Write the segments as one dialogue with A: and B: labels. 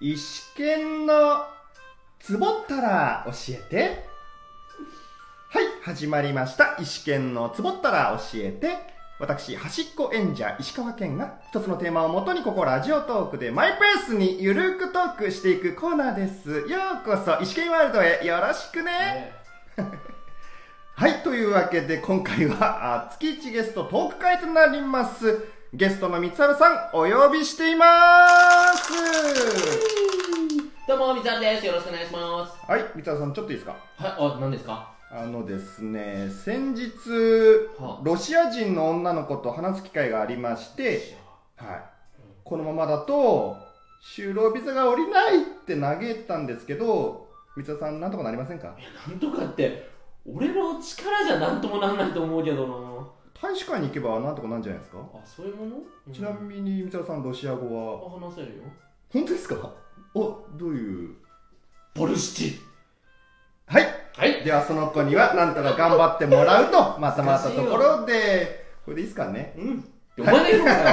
A: 石剣のつぼったら教えてはい始まりました石剣のつぼったら教えて私端っこ演者石川県が一つのテーマをもとにここラジオトークでマイペースにゆるくトークしていくコーナーですようこそ石剣ワールドへよろしくねはい、というわけで今回はあ月1ゲストトーク会となります。ゲストの三原さん、お呼びしています。
B: どうも、みざんです。よろしくお願いします。
A: はい、三原さん、ちょっといいですか
B: はい、あ、何ですか
A: あのですね、先日、
B: は
A: ロシア人の女の子と話す機会がありまして、はい、このままだと、就労ビザが下りないって嘆いてたんですけど、三原さん、なんとかなりませんか
B: いや、なんとかって、俺の力じゃなんともなんないと思うけどな。
A: 大使館に行けばなんとかなんじゃないですか、
B: あ、そういうもの、
A: ちなみに三原さん、ロシア語は
B: あ、話せるよ。
A: 本当ですかおどういう
B: ボルシチ。
A: はい
B: はい。
A: ではその子にはなんとか頑張ってもらうとまたまたところでこれでいいですかね
B: うん。って思わねえのかよ。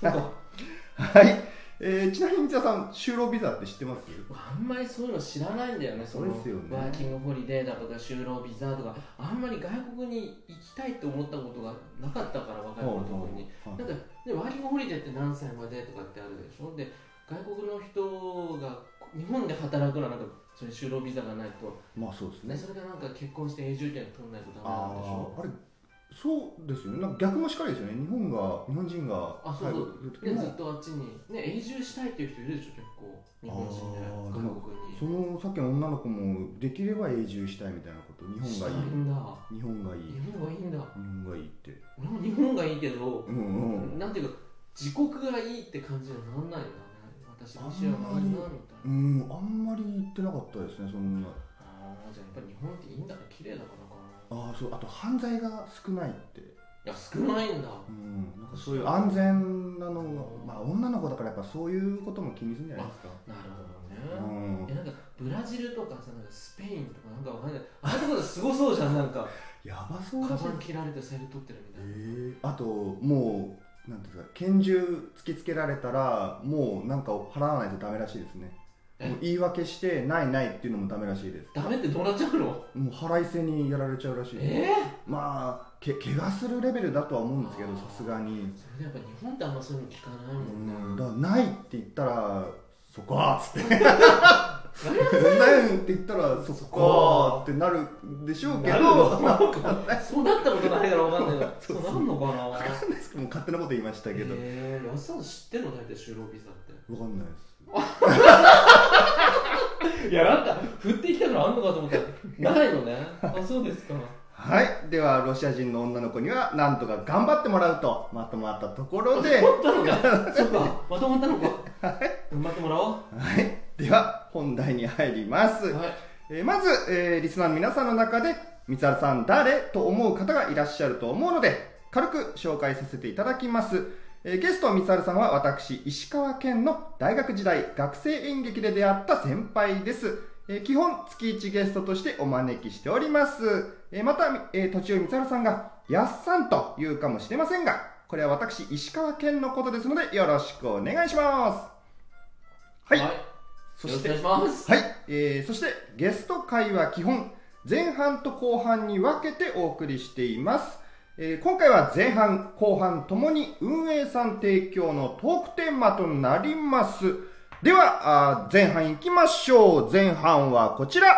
B: そうか。
A: はい、えー、ちなみに三田さん就労ビザって知ってます
B: あんまりそういうの知らないんだよね、の
A: そうですよね
B: ワーキングホリデーだとか、就労ビザとか、あんまり外国に行きたいと思ったことがなかったから、若い頃特に。
A: はい
B: なんかでワーキングホリデーって何歳までとかってあるでしょで外国の人がこ日本で働くのはなんかそれ就労ビザがないと、
A: まあそうです
B: ね、
A: ね
B: それがなんか結婚して永住権取らないとダメなんでし
A: あ
B: ょ
A: ああれそうですよねなんか逆もしかりですよね日本が日本人が
B: あそうそ
A: 入る
B: う
A: 時
B: で
A: も
B: ずっとあっちに、ね、永住したいっていう人いるでしょ結構日本人で
A: あー
B: 外国に
A: そのさっきの女の子もできれば永住したいみたいなこと日
B: した
A: 本が
B: い
A: いい
B: んだ
A: 日本がいい
B: 日本がいいんだ
A: 日本がいいって
B: 俺も日本がいいけど、
A: うんうん
B: なんていうか自国がいいって感じにはなんないんだね私ロシアがいいなみたいな
A: うんあんまり言ってなかったですねそんな
B: ああーじゃあやっぱり日本っていいんだね綺麗だからかな
A: ああそうあと犯罪が少ないって、
B: いや少ないんだ
A: うん、なんかそういう安全なのが、まあ、女の子だからやっぱそういうことも気にするんじゃないですか、
B: なる
A: う
B: ほどね、
A: ん、
B: えなんかブラジルとかさなんかスペインとかなんかわかんないああいうとこですごそうじゃんなんか
A: やばそう
B: カ
A: だし
B: バン切られて財布取ってるみ
A: え
B: たい
A: ーあ
B: な、
A: ともうなんていうんですか拳銃突きつけられたらもうなんか払わないとダメらしいですね
B: え
A: もう言い訳してないないっていうのもダメらしいです
B: ダメってどうなっちゃうの
A: もう腹いせにやられちゃうらしいです
B: ええ
A: まあけ怪我するレベルだとは思うんですけどさすがに
B: それでやっぱ日本ってあんまそういうの聞かないもんね、
A: うんだからないって言ったらそこはっつ って
B: あ
A: ないって言ったらそ
B: そ
A: こ
B: こ
A: はってなるでしょうけ
B: な
A: ど
B: るの
A: まあ
B: なんか そうなったことないからわかんないけど
A: そう
B: そ
A: そう
B: うなんのかな
A: わかんないですけどもう勝手なこと言いましたけど、わ
B: ええー、やっさん知ってんの大体就労ビザっ
A: かんないです
B: ていやなんか振ってきたからあんのかと思ったらないのねあそうですか
A: はいではロシア人の女の子にはなんとか頑張ってもらうとまとまったところで、
B: まとまったのか そうかまとまったのか頑張ってもらおう
A: はい、では本題に入ります、
B: はい
A: えーまず、えーリスナーの皆さんの中で三原さん誰と思う方がいらっしゃると思うので軽く紹介させていただきます、えーゲスト三原さんは私石川県の大学時代学生演劇で出会った先輩です、えー基本月1ゲストとしてお招きしております、えーまた、えー途中三原さんがやっさんと言うかもしれませんがこれは私石川県のことですのでよろしくお願いしますはい、
B: よ
A: そ
B: ろし
A: し
B: くお
A: て
B: 願いします。
A: はい、えーそしてゲスト会は基本前半と後半に分けてお送りしています、えー今回は前半後半ともに運営さん提供のトークテーマとなりますではあー前半いきましょう前半はこちら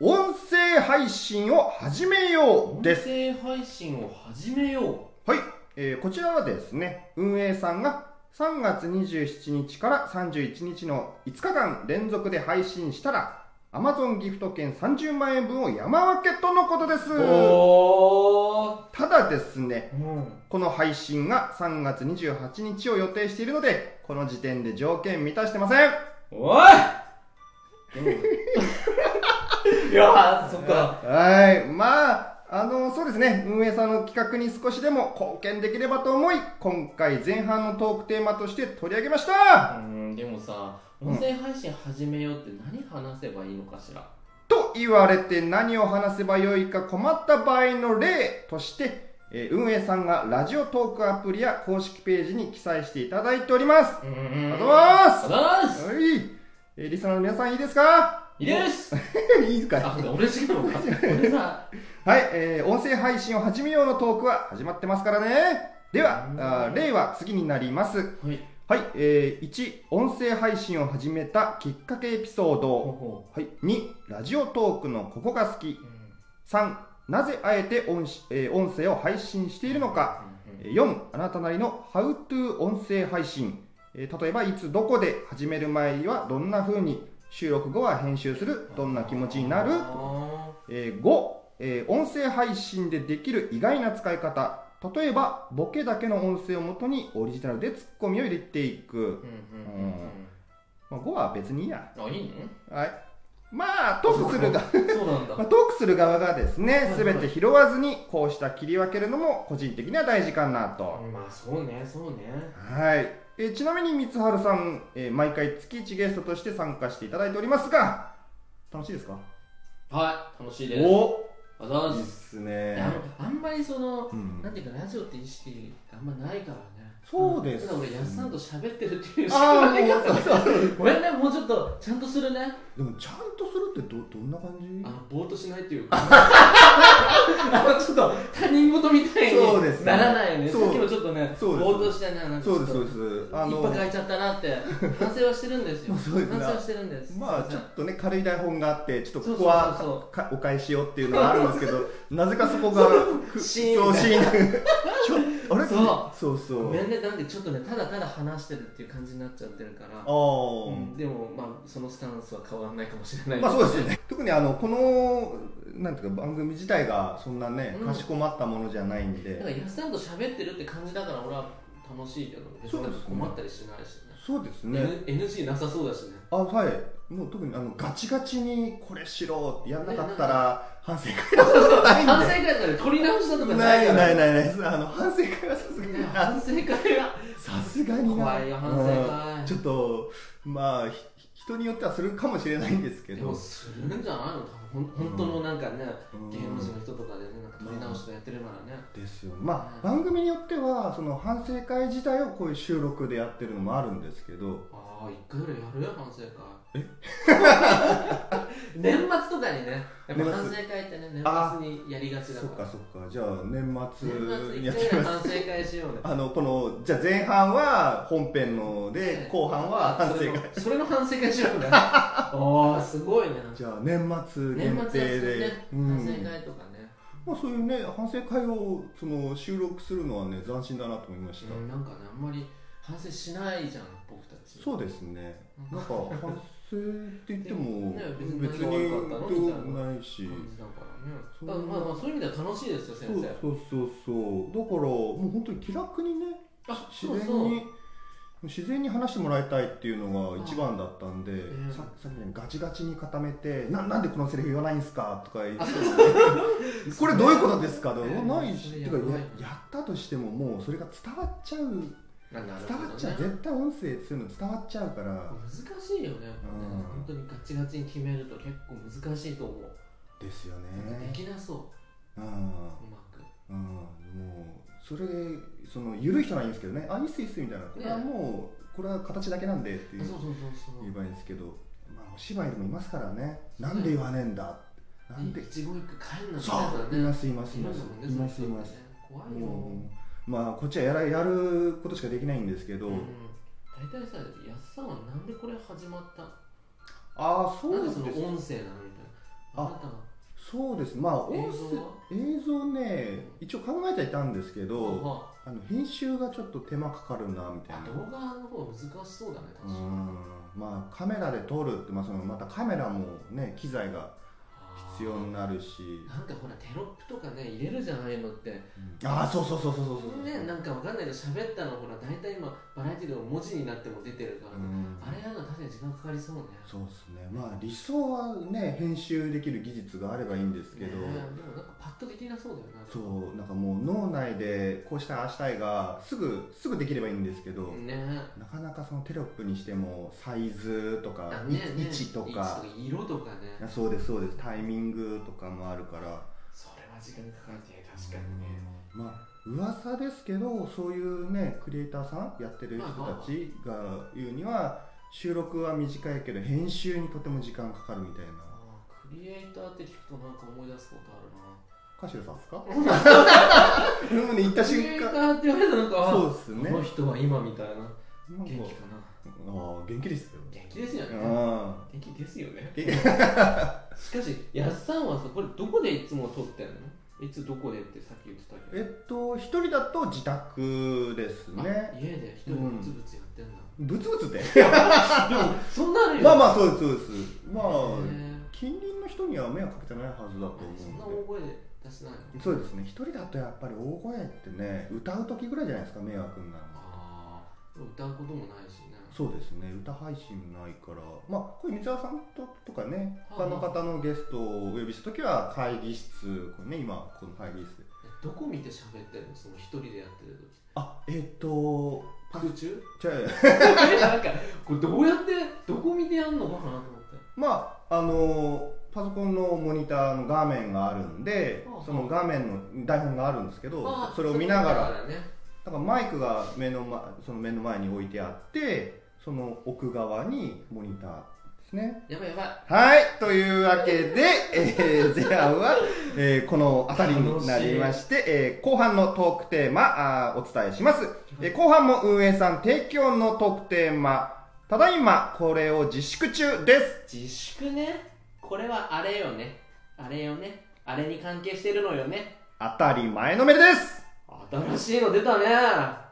A: 音声配信を始めよう
B: 音
A: です
B: 声配信を始めよ
A: はい、えーこちらはですね、運営さんが3月27日から31日の5日間連続で配信したら、Amazon ギフト券30万円分を山分けとのことで
B: う。
A: す。
B: お
A: ただですね、
B: ー。うん。
A: この配信が3月28日を予定しているので、この時点で条件満たしてません。
B: おい いやー、そっか。
A: はい、まあ、あの、そうですね、運営さんの企画に少しでも貢献できればと思い、今回前半のトークテーマとして取り上げました。
B: うん、でもさ、
A: うん
B: 音声配信始めようって何話せばいいのかしら。
A: と言われて何を話せばよいか困った場合の例として、えー運営さんがラジオトークアプリや公式ページに記載していただいております。
B: うー
A: あ
B: ん
A: りがとうございます
B: ありがとうございます
A: はい。えーリスナーの皆さんいいですか
B: いいで す
A: いいです
B: あ
A: か、
B: 俺違うのか俺さ
A: はい、えー音声配信を始めようのトークは始まってますからね。で
B: うん
A: は、あー例は次になります。
B: はい
A: はい、えー1、音声配信を始めたきっかけエピソー
B: ほう
A: ド。
B: ほ
A: はい、2、ラジオトークのここが好き
B: う。うん
A: 3、なぜあえて音しえー音声を配信しているのか。
B: うんうん
A: 4、あなたなりの How to 音声配信。えー例えば、いつどこで始める前にはどんな風に、収録後は編集する、どんな気持ちになる。
B: あ
A: えー5、えー音声配信でできる意外な使い方例えばボケだけの音声をもとにオリジナルでツッコミを入れてい
B: ー
A: く、
B: うんうんうん
A: まあ、5は別にいいや
B: うんあいいね
A: はいまあトークするが、
B: そうなんだ
A: まあ、トークする側がですね全て拾わずにこうした切り分けるのも個人的には大事かなと、
B: まあそうねそうね
A: はい、えーちなみに三春さん、えー毎回月1ゲストとして参加していただいておりますが楽しいですか
B: はい楽しいです
A: お
B: あざ
A: いいっ
B: す
A: すね
B: あのあんまりその
A: うん
B: なんていうかラジオって意識があんまないからね
A: そうです
B: ただ俺やっさんと喋ってるっていう
A: ああ
B: 喋り
A: もう
B: 方
A: そうそう
B: ごめんねもうちょっとちゃんとするね
A: でもちゃんとするってどどんな感じ
B: あのぼーっとしないってい うかあのちょっと他人事みたい
A: そうです
B: に
A: ね
B: ならないよね
A: そう
B: さっきもちょっとね
A: そうです
B: ぼーっとしてねなんかち
A: そ
B: ょ
A: うです
B: っと
A: そうですあ
B: 一
A: の
B: 泊空いちゃったなって反省はしてるんですよ
A: そうですね
B: 反省はしてるんです
A: まあちょっとね軽い台本があってちょっと
B: そう
A: ここ
B: そう
A: は
B: そうそう
A: かお返しようっていうのがあるんですけどなぜかそこがく
B: シーン
A: そうシー ンちょあれ
B: そ
A: そうそ
B: ご
A: う
B: めんねなんでちょっとねただただ話してるっていう感じになっちゃってるから
A: ああ、
B: うんでもまあそのスタンスは変わらないかもしれない
A: まあそうですよね特にあのこのなんていうか番組自体がそんなね
B: うん
A: かしこまったものじゃないんで、
B: だから安さんと喋ってるって感じだから俺は楽しいけど別
A: そう
B: に
A: ですね
B: なんか困ったりしないしね
A: そうですね
B: N- NG なさそうだし ね
A: あはいもう特にあのガチガチにこれしろやんなかったら反省会
B: 反
A: は
B: 省会だから取り直したとか
A: ないんで
B: から
A: ないないないないあの反省会はさすがにな
B: 反省会は
A: さすがにな
B: 怖いよ反省
A: うん
B: 会
A: ちょっとまあひ人によってはするかもしれないんですけ
B: で
A: ど
B: もするんじゃないの多分ほん本当のなんかね
A: うん
B: 芸能人の人とかでねなんか取り直してやってるならね
A: ですよねまあ番組によってはその反省会自体をこういう収録でやってるのもあるんですけど
B: ああ一回ぐらいやるよ反省会
A: え
B: 年末とかにねやっぱ
A: 年末
B: 反省会ってね年
A: あ
B: 末にやりがちだ
A: そっ
B: から
A: かそっかじゃあ年末
B: 年末
A: に
B: 一
A: やっ
B: 回
A: て
B: ぐ
A: み
B: らい
A: ま
B: 反
A: す
B: 省会しようね
A: あのこのじゃあ前半は本編ので後半は反省会
B: それのそれの反省会しよ うねああすごいね
A: じゃあ年末
B: 年
A: 限定
B: 末は
A: で、
B: ね、
A: うん
B: 反省会とかね、
A: まあ、そういうね反省会をその収録するのはね斬新だなと思いました、
B: うんなんかねあんまり反省しないじゃん僕たち
A: そうですね
B: うん
A: なんか反省って言っても
B: ね別
A: 別
B: に
A: に
B: 何が悪かったの
A: どうもないし
B: 感じだからね
A: そう
B: だからまあまあそういう意味では楽しいですよ
A: そ
B: 先
A: う
B: 生
A: そうそうそうだからもう本当に気楽にね
B: あ
A: 自
B: そう
A: 然に
B: そう
A: 自然に話してもらいたいっていうのが一番だったんで、
B: ん
A: ささっきねガチガチに固めて「ななんでこのセリフ言わないんすか?」とか 言って、これどういうことですか?」とか、
B: うん
A: ないし
B: そ
A: て
B: れや
A: か
B: ばい
A: ややったとしてももうそれが伝わっちゃう
B: ななる
A: 伝わっ
B: ほ
A: ち
B: ど
A: ゃう、
B: ね
A: 絶対音声そういうの伝わっちゃうから
B: 難しいよねやっぱね
A: うん
B: 本当にガチガチに決めると結構難しいと思う、
A: ですよ
B: で
A: ね
B: きなそう
A: うん、
B: うまく
A: うん、もうそれでその緩い人はいいんですけどねあいいっすいいっすみたいなこれはもうこれは形だけなんでってい
B: あ
A: う
B: そうそうそうそう
A: 言えばいいんですけど、まあ、お芝居でもいますからねなんで言わねえんだなんで
B: 一期一会帰んなみ
A: そ
B: たいな
A: うい
B: ね
A: ますいますいます
B: 今のもね
A: いますい
B: そういう人
A: ます
B: ね怖いよ、
A: もうまあこっちはやらやることしかできないんですけど、
B: うん大体さ、やっさんはなんでこれ始まった
A: ああそう
B: なん
A: で
B: ですその
A: ね
B: 音声なのみたいな。あ
A: あ
B: なたは
A: そうですまあ音声
B: 映像は
A: 映像ね一応考えてはいたんですけど、
B: あ
A: あの編集がちょっと手間かかるなみたい
B: あ
A: な
B: 動画の方が難しそうだね、
A: う
B: 確かに。
A: んまあカメラで撮るって、まあ、そのまたカメラもね機材が
B: あー
A: 必要になるし
B: なんかほら、テロップとかね、入れるじゃないのって。
A: うんああそうそうそうそうそうそう
B: ね、なんかわかんないけど、喋ったのほら、大体今、バラエティでも文字になっても出てるから、
A: うん
B: あれやるの確かに時間かかりそうね。
A: そうですねまあ理想はね編集できる技術があればいいんですけど、
B: ねえでもなんかパッとできなそうだよな。
A: そうなんかもう脳内でこうしたいああしたいがすぐすぐできればいいんですけど、
B: ねえ。
A: なかなかそのテロップにしてもサイズとか、
B: あ
A: い
B: ねえねえ
A: 位置とか
B: 位置色とかね。
A: そうですそうですタイミングとかもあるから
B: それは時間かかるね確かにね
A: まあ噂ですけどそういうねクリエイターさんやってる人たちが言うには収録は短いけど編集にとても時間かかるみたいな
B: あークリエイターって聞くとなんか思い出すことあるな
A: 歌手さんですか うん言った
B: クリエ
A: 瞬
B: イタ
A: 間
B: ーって言われたらなんかあ
A: そうですね
B: この人は今みたいな
A: なん
B: 元
A: か
B: 気かな
A: ああ元気ですよ
B: 元気ですよ
A: う
B: ね
A: ん
B: 元気ですよね
A: 元
B: しかしやっさんはさこれどこでいつも撮ってんのいつどこでってさっき言ってたけど
A: えっと一人だと自宅です
B: あ
A: ね
B: 家で一人ブツブツやってんだ、
A: ブツブツで
B: でもそんなのよ
A: まあまあそうですそうですまあ
B: へ
A: 近隣の人には迷惑かけてないはずだと思
B: ーそんな
A: うんで
B: 大声で出せないの
A: そうですね一人だとやっぱり大声ってね歌う時ぐらいじゃないですか迷惑になるの
B: ああ歌うこともないしね
A: そうですね歌配信ないからまあこういう三沢さんととかね
B: は
A: 他
B: い
A: の方のゲストをお呼びした時は会議室これね今この会議室で
B: どこ見て喋ってるのその一人でやってる時
A: あえっ、と
B: 空中
A: じゃあ
B: なんかこれどうやってどこ見てやんのかなと思って
A: まああのパソコンのモニターの画面があるんで
B: ああ
A: その画面の台本があるんですけ
B: あ
A: ど
B: ー
A: それを見ながら
B: そういうことだね
A: だからマイクが目の,、ま、その目の前に置いてあってその奥側にモニターですね
B: やばいやばい
A: はい、というわけで、えー、 前半は、えーこの辺りになりまして、えー後半のトークテーマあーお伝えします、えー後半も運営さん提供のトークテーマ、ただいまこれを自粛中です。
B: 自粛ねこれはあれよねあれよねあれに関係してるのよね
A: 当たり前のめでです。
B: 新しいの出たね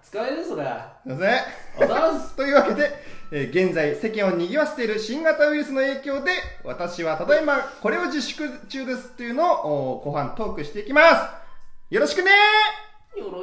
B: 使えるそれあ
A: すいません。
B: ざっす
A: というわけで、えー現在世間を賑わしている新型ウイルスの影響で、私はただいまこれを自粛中ですというのをお後半トークしていきます。よろしくね
B: よろ